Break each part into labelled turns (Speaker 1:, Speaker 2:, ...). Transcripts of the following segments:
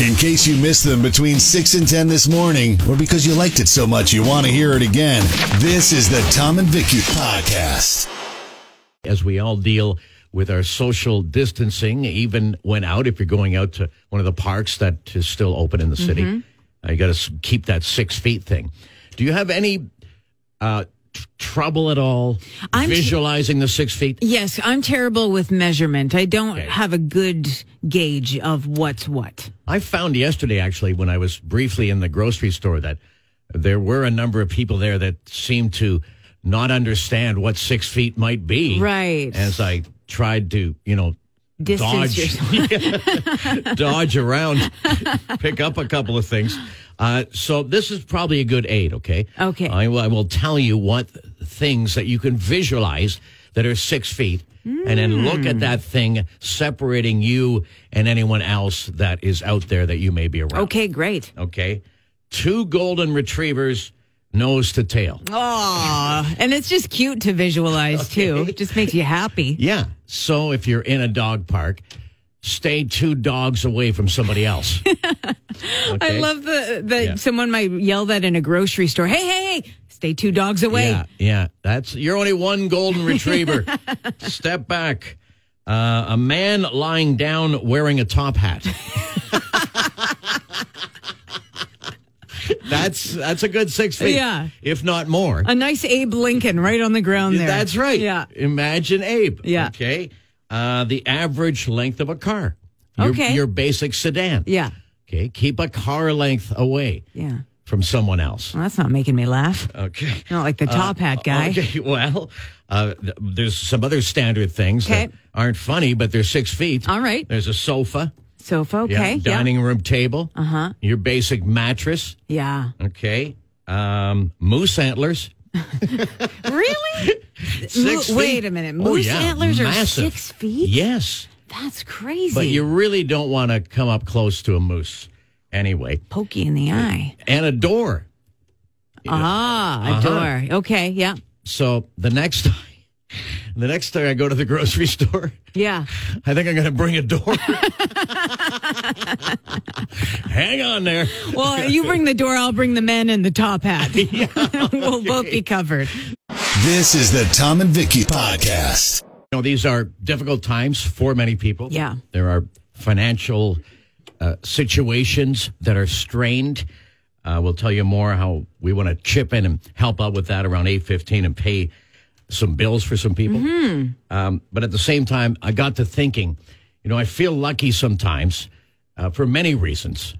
Speaker 1: In case you missed them between 6 and 10 this morning, or because you liked it so much you want to hear it again, this is the Tom and Vicky Podcast.
Speaker 2: as we all deal with our social distancing, even when out, if you're going out to one of the parks that is still open in the city, uh, you got to keep that six feet thing. Do you have any uh, tr- trouble at all
Speaker 3: I'm-
Speaker 2: visualizing the six feet?
Speaker 3: Yes, I'm terrible with measurement. I don't
Speaker 2: Okay.
Speaker 3: have a good gauge of what's what.
Speaker 2: I found yesterday, actually, when I was briefly in the grocery store, that there were a number of people there that seemed to not understand what six feet might be.
Speaker 3: Right.
Speaker 2: As I tried to, you know,
Speaker 3: Distance
Speaker 2: dodge,
Speaker 3: yourself.
Speaker 2: Yeah. dodge around, pick up a couple of things. Uh, so this is probably a good aid, okay?
Speaker 3: Okay.
Speaker 2: I, will- I will tell you what th- things that you can visualize that are six feet, and then look at that thing separating you and anyone else that is out there that you may be around.
Speaker 3: Okay, great.
Speaker 2: Okay. Two golden retrievers, nose to tail.
Speaker 3: Oh. Aw, and it's just cute to visualize too. It just makes you happy.
Speaker 2: Yeah. So if you're in a dog park, stay two dogs away from somebody else.
Speaker 3: I
Speaker 2: Okay?
Speaker 3: love the that
Speaker 2: Yeah.
Speaker 3: someone might yell that in a grocery store. Hey, hey, hey! Stay two dogs away.
Speaker 2: Yeah, yeah. That's you're only one golden retriever. Step back. Uh, a man lying down wearing a top hat. that's that's a good six feet.
Speaker 3: Yeah.
Speaker 2: if not more.
Speaker 3: A nice Abe Lincoln right on the ground there.
Speaker 2: That's right.
Speaker 3: Yeah.
Speaker 2: Imagine Abe.
Speaker 3: Yeah.
Speaker 2: Okay. Uh, the average length of a car. Your,
Speaker 3: Okay.
Speaker 2: Your basic sedan.
Speaker 3: Yeah.
Speaker 2: Okay. Keep a car length away
Speaker 3: Yeah.
Speaker 2: from someone else.
Speaker 3: Well, that's not making me laugh.
Speaker 2: Okay.
Speaker 3: Not like the top hat guy.
Speaker 2: Uh, Okay, well, uh, th- there's some other standard things that
Speaker 3: Okay.
Speaker 2: aren't funny, but they're six feet.
Speaker 3: All right.
Speaker 2: There's a sofa.
Speaker 3: Sofa,
Speaker 2: yeah,
Speaker 3: okay. Uh-huh.
Speaker 2: Dining room table. Uh huh. Your basic mattress.
Speaker 3: yeah.
Speaker 2: Okay. Um, moose antlers.
Speaker 3: yeah. Really?
Speaker 2: Six
Speaker 3: Mo-
Speaker 2: feet.
Speaker 3: wait a minute.
Speaker 2: Oh,
Speaker 3: Moose
Speaker 2: yeah,
Speaker 3: antlers
Speaker 2: massive.
Speaker 3: are six feet?
Speaker 2: Yes.
Speaker 3: That's crazy.
Speaker 2: But you really don't want to come up close to a moose anyway.
Speaker 3: pokey in the eye.
Speaker 2: And a door. Uh-huh.
Speaker 3: Ah, a door. Okay, yeah.
Speaker 2: So the next time, the next time I go to the grocery store,
Speaker 3: Yeah.
Speaker 2: I think I'm going to bring a door. Hang on there.
Speaker 3: Well, you bring the door, I'll bring the men and the top hat. we'll both be covered.
Speaker 1: This is the Tom and Vicky Podcast.
Speaker 2: You know, these are difficult times for many people.
Speaker 3: Yeah.
Speaker 2: There are financial uh, situations that are strained. Uh, we'll tell you more how we want to chip in and help out with that around 8.15 and pay some bills for some people.
Speaker 3: Mm-hmm.
Speaker 2: Um, but at the same time, I got to thinking, you know, I feel lucky sometimes uh, for many reasons,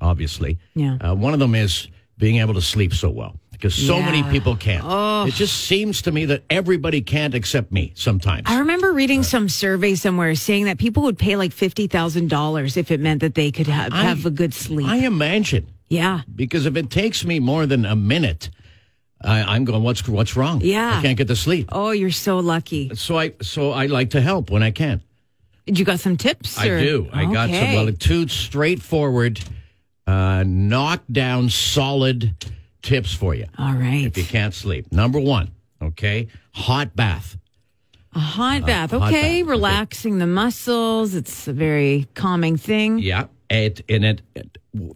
Speaker 2: obviously.
Speaker 3: Yeah.
Speaker 2: Uh, one of them is being able to sleep so well because so many
Speaker 3: Yeah.
Speaker 2: people can't. It just seems to me that everybody can't except me sometimes.
Speaker 3: I remember reading some survey somewhere saying that people would pay like $50,000 if it meant that they could have, have a good sleep.
Speaker 2: I imagine
Speaker 3: yeah.
Speaker 2: because if it takes me more than a minute, I, I'm going. What's what's wrong?
Speaker 3: Yeah.
Speaker 2: I can't get to sleep.
Speaker 3: Oh, you're so lucky.
Speaker 2: So I so I like to help when I can.
Speaker 3: Did you got some tips?
Speaker 2: I
Speaker 3: or-
Speaker 2: do. I got some
Speaker 3: Okay.
Speaker 2: well, two straightforward, uh, knock down, solid tips for you
Speaker 3: All right.
Speaker 2: if you can't sleep. Number one, okay, hot bath.
Speaker 3: A hot bath.
Speaker 2: uh, hot
Speaker 3: okay.
Speaker 2: bath.
Speaker 3: Relaxing the muscles. It's a very calming thing.
Speaker 2: Yeah, it and it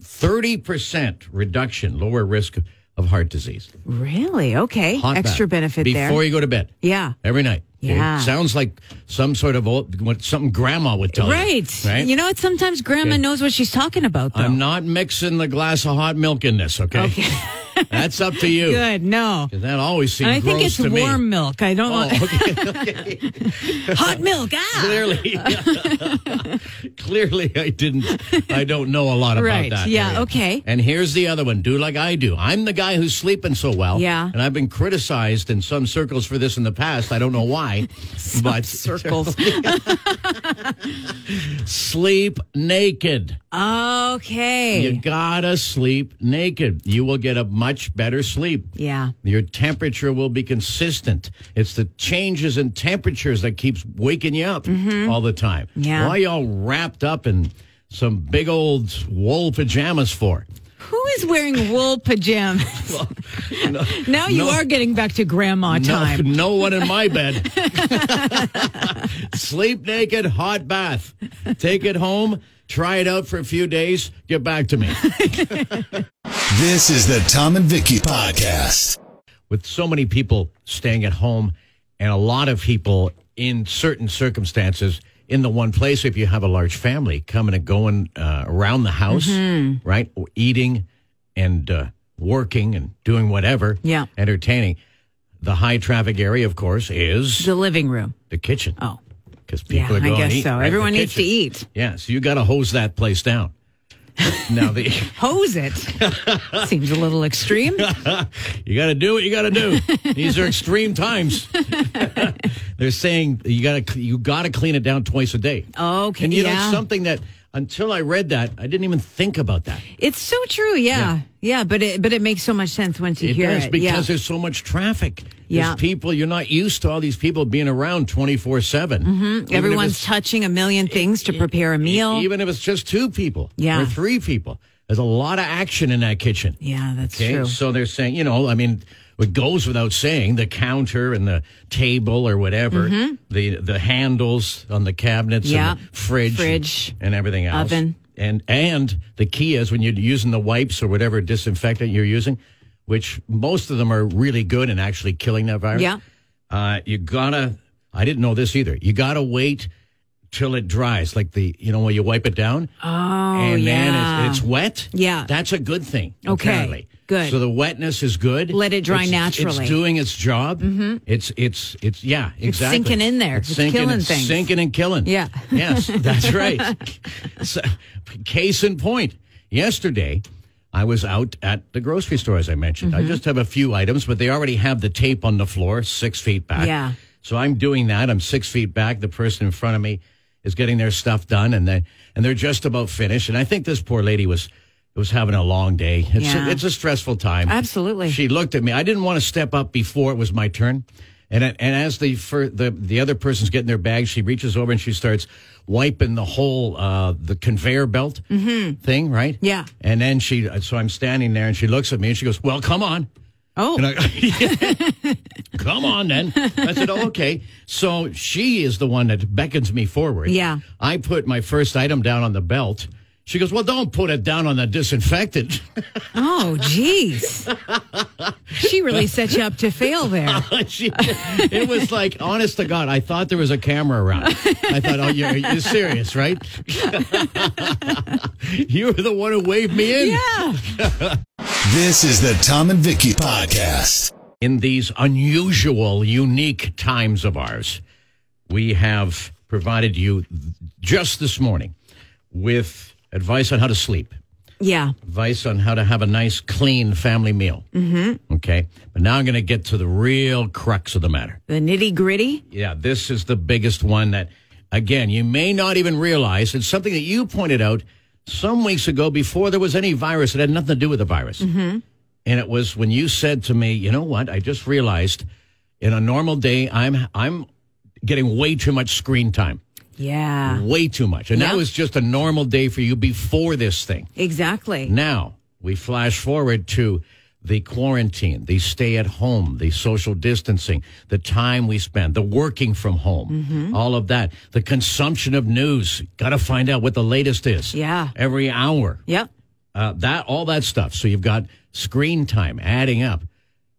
Speaker 2: thirty percent reduction, lower risk of heart disease.
Speaker 3: Really? Okay.
Speaker 2: Hot
Speaker 3: Extra
Speaker 2: bath
Speaker 3: benefit
Speaker 2: before
Speaker 3: there.
Speaker 2: you go to bed.
Speaker 3: yeah.
Speaker 2: every night. Okay?
Speaker 3: Yeah.
Speaker 2: sounds like some sort of old, what something grandma would tell you.
Speaker 3: Right.
Speaker 2: Right.
Speaker 3: You know what? Sometimes grandma knows what she's talking about, though.
Speaker 2: I'm not mixing the glass of hot milk in this. Okay, that's up to you.
Speaker 3: Good. No.
Speaker 2: That always seems
Speaker 3: And I think
Speaker 2: gross
Speaker 3: it's
Speaker 2: to me.
Speaker 3: warm milk. I don't
Speaker 2: Oh,
Speaker 3: want
Speaker 2: okay.
Speaker 3: hot milk. Ah.
Speaker 2: Clearly, clearly, I didn't. I don't know a lot about
Speaker 3: Right.
Speaker 2: that.
Speaker 3: Yeah,
Speaker 2: area.
Speaker 3: okay.
Speaker 2: And here's the other one. Do like I do. I'm the guy who's sleeping so well.
Speaker 3: Yeah.
Speaker 2: And I've been criticized in some circles for this in the past. I don't know why, but
Speaker 3: Circles.
Speaker 2: sleep naked.
Speaker 3: okay.
Speaker 2: You gotta sleep naked. You will get a much better sleep.
Speaker 3: yeah.
Speaker 2: Your temperature will be consistent. It's the changes in temperatures that keeps waking you up all the time.
Speaker 3: Mm-hmm. Yeah.
Speaker 2: Why y'all wrapped up in some big old wool pajamas for?
Speaker 3: Who is wearing wool pajamas? now you
Speaker 2: no.
Speaker 3: are getting back to grandma
Speaker 2: No,
Speaker 3: time.
Speaker 2: no one in my bed. Sleep naked, hot bath. Take it home. Try it out for a few days. Get back to me.
Speaker 1: This is the Tom and Vicky Podcast.
Speaker 2: with so many people staying at home and a lot of people in certain circumstances in the one place if you have a large family coming and going uh, around the house
Speaker 3: Mm-hmm.
Speaker 2: right or eating and uh, working and doing whatever
Speaker 3: Yeah.
Speaker 2: entertaining the high traffic area of course is
Speaker 3: The living room.
Speaker 2: the kitchen
Speaker 3: Oh.
Speaker 2: because
Speaker 3: Yeah,
Speaker 2: people are
Speaker 3: I
Speaker 2: going to
Speaker 3: guess
Speaker 2: eat,
Speaker 3: so.
Speaker 2: right? The
Speaker 3: Everyone needs to
Speaker 2: kitchen.
Speaker 3: eat.
Speaker 2: yeah so you got to hose that place down now the
Speaker 3: Hose it. Seems a little extreme.
Speaker 2: you got to do what you got to do. These are extreme times. They're saying you got to you got to clean it down twice a day.
Speaker 3: Okay,
Speaker 2: And you know
Speaker 3: yeah.
Speaker 2: it's something that until I read that, I didn't even think about that.
Speaker 3: It's so true. Yeah. yeah. but it but it makes so much sense once you
Speaker 2: It
Speaker 3: hear
Speaker 2: does
Speaker 3: it.
Speaker 2: because
Speaker 3: yeah.
Speaker 2: there's so much traffic.
Speaker 3: Yeah.
Speaker 2: There's people you're not used to all these people being around 24/7. Mm-hmm.
Speaker 3: Everyone's touching a million things to prepare a meal.
Speaker 2: even if it's just two people
Speaker 3: Yeah.
Speaker 2: or three people. There's a lot of action in that kitchen.
Speaker 3: yeah, that's
Speaker 2: Okay,
Speaker 3: true.
Speaker 2: so they're saying, you know, I mean, it goes without saying the counter and the table or whatever,
Speaker 3: Mm-hmm.
Speaker 2: the the handles on the cabinets,
Speaker 3: Yeah.
Speaker 2: and the fridge,
Speaker 3: Fridge.
Speaker 2: and everything else,
Speaker 3: Oven.
Speaker 2: and and the key is when you're using the wipes or whatever disinfectant you're using, which most of them are really good in actually killing that virus.
Speaker 3: Yeah.
Speaker 2: uh, you gotta. I didn't know this either. You gotta wait till it dries, like the you know when you wipe it down. Oh, and then
Speaker 3: yeah.
Speaker 2: it's, it's wet.
Speaker 3: Yeah.
Speaker 2: that's a good thing.
Speaker 3: Okay,
Speaker 2: Apparently.
Speaker 3: good.
Speaker 2: So the wetness is good.
Speaker 3: Let it dry
Speaker 2: It's-
Speaker 3: naturally.
Speaker 2: It's doing its job. Mm-hmm. It's it's it's yeah exactly.
Speaker 3: sinking in there. It's
Speaker 2: sinking,
Speaker 3: killing
Speaker 2: it's
Speaker 3: things.
Speaker 2: Sinking and killing.
Speaker 3: Yeah.
Speaker 2: Yes, that's right. so, case in point, yesterday. I was out at the grocery store, as I mentioned.
Speaker 3: Mm-hmm.
Speaker 2: I just have a few items, but they already have the tape on the floor, six feet back.
Speaker 3: Yeah.
Speaker 2: So I'm doing that. I'm six feet back. The person in front of me is getting their stuff done, and they and they're just about finished. And I think this poor lady was was having a long day. It's
Speaker 3: Yeah.
Speaker 2: a, it's a stressful time.
Speaker 3: Absolutely.
Speaker 2: She looked at me. I didn't want to step up before it was my turn. And, I- and as the, fir- the the other person's getting their bag, she reaches over and she starts wiping the whole uh, the conveyor belt thing, right?
Speaker 3: Mm-hmm. Yeah.
Speaker 2: And then she, so I'm standing there, and she looks at me and she goes, "Well, come on."
Speaker 3: oh,
Speaker 2: And I, come on then. I said, oh, okay. So she is the one that beckons me forward.
Speaker 3: Yeah.
Speaker 2: I put my first item down on the belt. She goes, well, don't put it down on the disinfectant.
Speaker 3: oh, jeez. she really set you up to fail there.
Speaker 2: she, it was like, honest to God, I thought there was a camera around. I thought, oh, you're, you're serious, right? you were the one who waved me in.
Speaker 3: Yeah.
Speaker 1: This is the Tom and Vicky Podcast.
Speaker 2: in these unusual, unique times of ours, we have provided you just this morning with advice on how to sleep,
Speaker 3: Yeah.
Speaker 2: advice on how to have a nice, clean family meal. Mm-hmm. Okay. But now I'm going to get to the real crux of the matter.
Speaker 3: The nitty gritty.
Speaker 2: Yeah, this is the biggest one that, again, you may not even realize. It's something that you pointed out some weeks ago before there was any virus. It had nothing to do with the virus. Mm-hmm. And it was when you said to me, you know what? I just realized in a normal day, I'm, I'm getting way too much screen time,
Speaker 3: Yeah.
Speaker 2: way too much. And
Speaker 3: Yeah.
Speaker 2: that was just a normal day for you before this thing.
Speaker 3: Exactly.
Speaker 2: Now we flash forward to the quarantine, the stay at home, the social distancing, the time we spend, the working from home, all of that, the consumption of news. Got to find out what the latest is.
Speaker 3: Yeah.
Speaker 2: Every hour.
Speaker 3: Yep.
Speaker 2: Uh, that, all that stuff. So you've got screen time adding up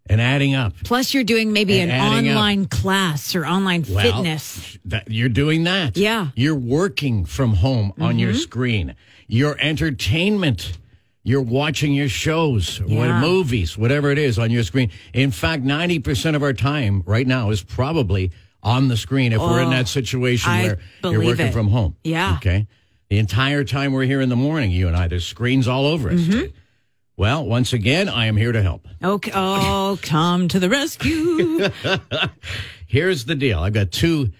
Speaker 2: and adding up.
Speaker 3: Plus, you're doing maybe
Speaker 2: And
Speaker 3: an
Speaker 2: adding up.
Speaker 3: online class or online
Speaker 2: Well,
Speaker 3: fitness.
Speaker 2: That, you're doing that.
Speaker 3: Yeah. Mm-hmm.
Speaker 2: You're working from home on your screen. Your entertainment. You're watching your shows, what,
Speaker 3: Yeah.
Speaker 2: movies, whatever it is on your screen. In fact, 90% of our time right now is probably on the screen if we're in that situation
Speaker 3: Oh, I
Speaker 2: where you're
Speaker 3: believe
Speaker 2: working
Speaker 3: it.
Speaker 2: from home.
Speaker 3: Yeah.
Speaker 2: Okay. The entire time we're here in the morning, you and I, there's screens all over us.
Speaker 3: Mm-hmm.
Speaker 2: Well, once again, I am here to help.
Speaker 3: Okay. Oh, come to the rescue.
Speaker 2: Here's the deal. I've got two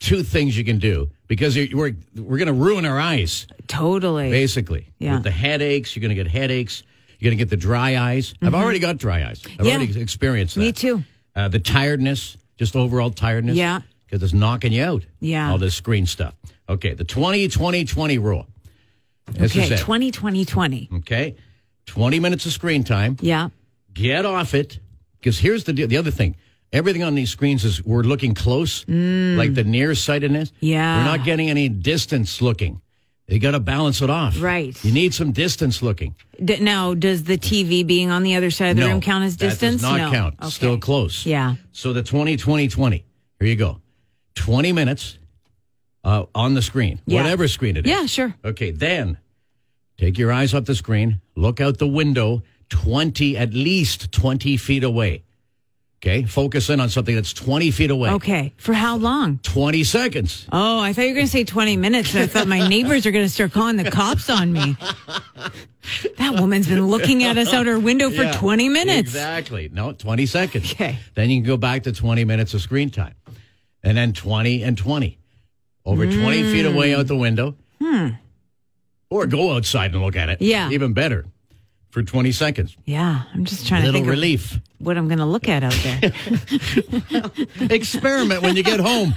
Speaker 2: two things you can do because you- we're we're going to ruin our eyes
Speaker 3: totally.
Speaker 2: basically.
Speaker 3: Yeah.
Speaker 2: With the headaches, you're going to get headaches. You're going to get the dry eyes. I've already got dry eyes. I've
Speaker 3: Mm-hmm. Yeah.
Speaker 2: already experienced that.
Speaker 3: Me too.
Speaker 2: Uh, the tiredness, just overall tiredness.
Speaker 3: Yeah.
Speaker 2: Because it's knocking you out.
Speaker 3: Yeah.
Speaker 2: All this screen stuff. Okay. The 20 20 20 rule. This is
Speaker 3: Okay.
Speaker 2: it.
Speaker 3: 20, 20, 20.
Speaker 2: okay. 20 minutes of screen time
Speaker 3: Yeah.
Speaker 2: get off it because here's the deal. the other thing everything on these screens is we're looking close like the nearsightedness
Speaker 3: Mm. Yeah.
Speaker 2: we're not getting any distance looking You got to balance it off.
Speaker 3: Right.
Speaker 2: You need some distance looking.
Speaker 3: D- now, does the TV being on the other side of the room count as distance?
Speaker 2: That does not
Speaker 3: no.
Speaker 2: count.
Speaker 3: Okay.
Speaker 2: Still close.
Speaker 3: Yeah.
Speaker 2: So the 20 20 20. Here you go. 20 minutes uh, on the screen,
Speaker 3: Yeah.
Speaker 2: whatever screen it is.
Speaker 3: Yeah, sure.
Speaker 2: Okay, then take your eyes off the screen, look out the window 20, at least 20 feet away. Okay, focus in on something that's 20 feet away.
Speaker 3: Okay. For how long?
Speaker 2: 20 seconds.
Speaker 3: Oh, I thought you were going to say 20 minutes. and I thought my neighbors are going to start calling the cops on me. That woman's been looking at us out her window for
Speaker 2: Yeah,
Speaker 3: 20 minutes.
Speaker 2: Exactly. No, 20 seconds.
Speaker 3: Okay.
Speaker 2: Then you can go back to 20 minutes of screen time. And then 20 and 20. Over 20
Speaker 3: Hmm.
Speaker 2: feet away out the window. Hmm. Or go outside and look at it.
Speaker 3: Yeah.
Speaker 2: Even better for 20 seconds.
Speaker 3: Yeah. I'm just trying to
Speaker 2: Little
Speaker 3: think
Speaker 2: relief.
Speaker 3: of what I'm going to look at out there.
Speaker 2: Experiment when you get home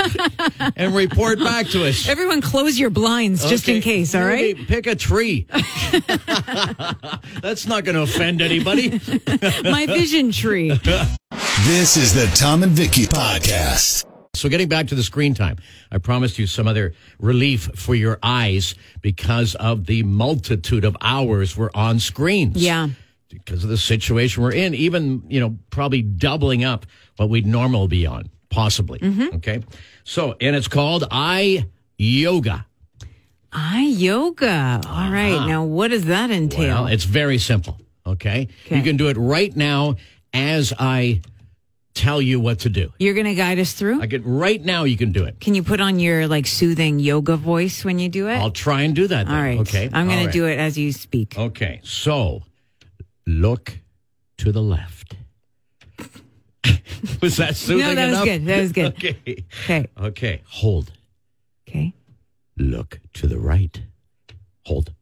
Speaker 2: and report back to us.
Speaker 3: Everyone close your blinds just in
Speaker 2: Okay.
Speaker 3: case. All
Speaker 2: Maybe
Speaker 3: right.
Speaker 2: Pick a tree. That's not going to offend anybody.
Speaker 3: My vision tree.
Speaker 1: This is the Tom and Vicky Podcast.
Speaker 2: So, getting back to the screen time, I promised you some other relief for your eyes because of the multitude of hours we're on screens.
Speaker 3: Yeah.
Speaker 2: Because of the situation we're in, even, you know, probably doubling up what we'd normally be on, possibly.
Speaker 3: Mm-hmm.
Speaker 2: Okay. So, and it's called eye yoga.
Speaker 3: Eye yoga. All right. Now, what does that entail?
Speaker 2: Uh-huh. Well, it's very simple. Okay?
Speaker 3: Okay.
Speaker 2: You can do it right now as I tell you what to do.
Speaker 3: You're going to guide us through?
Speaker 2: I get right now, you can do it.
Speaker 3: Can you put on your like soothing yoga voice when you do it?
Speaker 2: I'll try and do that. Then.
Speaker 3: All right.
Speaker 2: Okay.
Speaker 3: I'm
Speaker 2: All
Speaker 3: going
Speaker 2: right. Oh,
Speaker 3: to do it as you speak.
Speaker 2: Okay, so look to the left. was that soothing
Speaker 3: no, that was
Speaker 2: enough?
Speaker 3: good. That was good.
Speaker 2: Okay.
Speaker 3: Okay.
Speaker 2: Okay. Hold.
Speaker 3: Okay.
Speaker 2: Look to the right. Hold.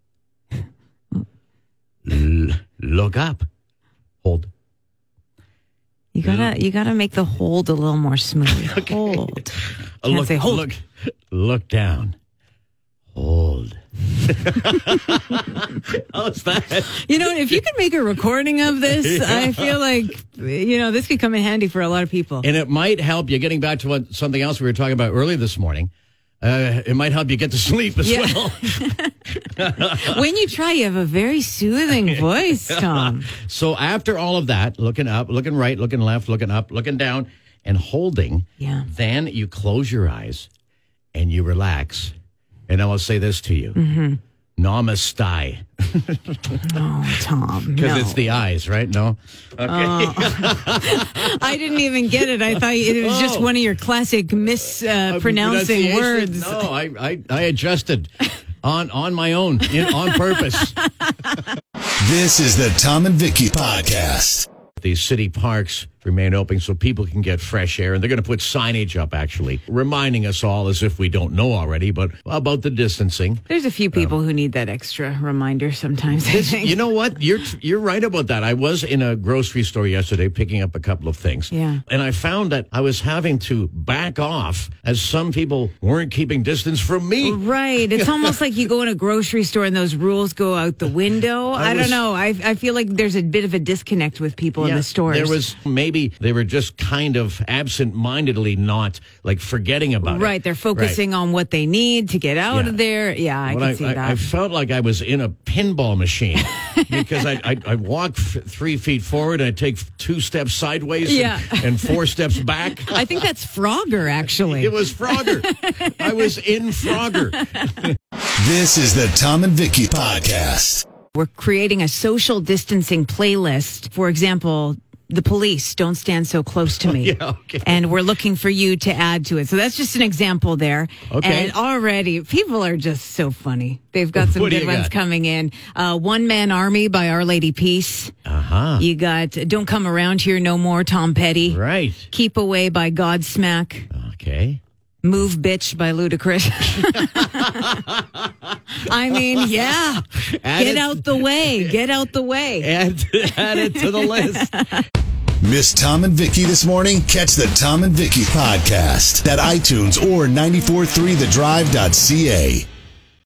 Speaker 2: L- look up. Hold.
Speaker 3: You gotta you gotta make the hold a little more smooth. Hold.
Speaker 2: Uh,
Speaker 3: Can't
Speaker 2: look,
Speaker 3: say hold.
Speaker 2: look. Look down. Hold. How's that?
Speaker 3: You know, if you could make a recording of this, I feel like you know this could come in handy for a lot of people.
Speaker 2: And it might help you getting back to what something else we were talking about earlier this morning. Uh, it might help you get to sleep as
Speaker 3: Yeah.
Speaker 2: well.
Speaker 3: when you try, you have a very soothing voice, Tom.
Speaker 2: So after all of that, looking up, looking right, looking left, looking up, looking down, and holding,
Speaker 3: Yeah.
Speaker 2: then you close your eyes and you relax. And I will say this to you.
Speaker 3: Mm-hmm.
Speaker 2: Namaste.
Speaker 3: Oh, Tom.
Speaker 2: Because
Speaker 3: No.
Speaker 2: it's the eyes, right? No? Okay.
Speaker 3: I didn't even get it. I thought it was just
Speaker 2: Oh.
Speaker 3: one of your classic mispronouncing
Speaker 2: Pronunciation?
Speaker 3: words.
Speaker 2: No, I, I, I adjusted on, on my own, in, on purpose.
Speaker 1: This is the Tom and Vicky Podcast.
Speaker 2: These city parks remain open so people can get fresh air, and they're going to put signage up, actually, reminding us all, as if we don't know already, but about the distancing.
Speaker 3: There's a few people who need that extra reminder sometimes. I think.
Speaker 2: You know what? You're you're right about that. I was in a grocery store yesterday picking up a couple of things.
Speaker 3: Yeah.
Speaker 2: And I found that I was having to back off as some people weren't keeping distance from me.
Speaker 3: Right. It's almost like you go in a grocery store and those rules go out the window. I,
Speaker 2: I
Speaker 3: don't
Speaker 2: was-
Speaker 3: know. I, I feel like there's a bit of a disconnect with people in the stores.
Speaker 2: There was maybe they were just kind of absent-mindedly not like forgetting about it.
Speaker 3: right. They're focusing on what they need to get out
Speaker 2: Yeah.
Speaker 3: of there. Yeah, I
Speaker 2: Well,
Speaker 3: can see
Speaker 2: I,
Speaker 3: that.
Speaker 2: I felt like I was in a pinball machine because I, I, I walk f- three feet forward and I take two steps sideways and-
Speaker 3: Yeah.
Speaker 2: and four steps back.
Speaker 3: I think that's Frogger, actually.
Speaker 2: It was Frogger. I was in Frogger.
Speaker 1: This is the Tom and Vicky Podcast.
Speaker 3: We're creating a social distancing playlist. For example, the police don't stand so close to me.
Speaker 2: Oh, Yeah, okay.
Speaker 3: And we're looking for you to add to it. So that's just an example there.
Speaker 2: Okay.
Speaker 3: And already people are just so funny. They've got some
Speaker 2: What do
Speaker 3: good
Speaker 2: you
Speaker 3: ones
Speaker 2: got?
Speaker 3: coming in. Uh, One Man Army by Our Lady Peace. Uh huh. You got Don't Come Around Here No More, Tom Petty.
Speaker 2: Uh-huh. Right.
Speaker 3: Keep Away by Godsmack.
Speaker 2: Okay.
Speaker 3: Move Bitch by Ludacris. I mean, yeah.
Speaker 2: Add
Speaker 3: Get
Speaker 2: it-
Speaker 3: out the way. Get out the way.
Speaker 2: Add, add it to the list.
Speaker 1: Miss Tom and Vicky this morning? Catch the Tom and Vicky Podcast at iTunes or 943thedrive.ca.